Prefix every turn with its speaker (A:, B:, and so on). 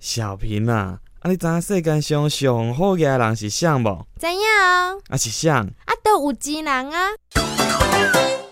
A: 小平啊，啊你知影世间上上好嘅人是谁无？
B: 怎样？
A: 哦啊是谁？
B: 啊，都有钱人啊！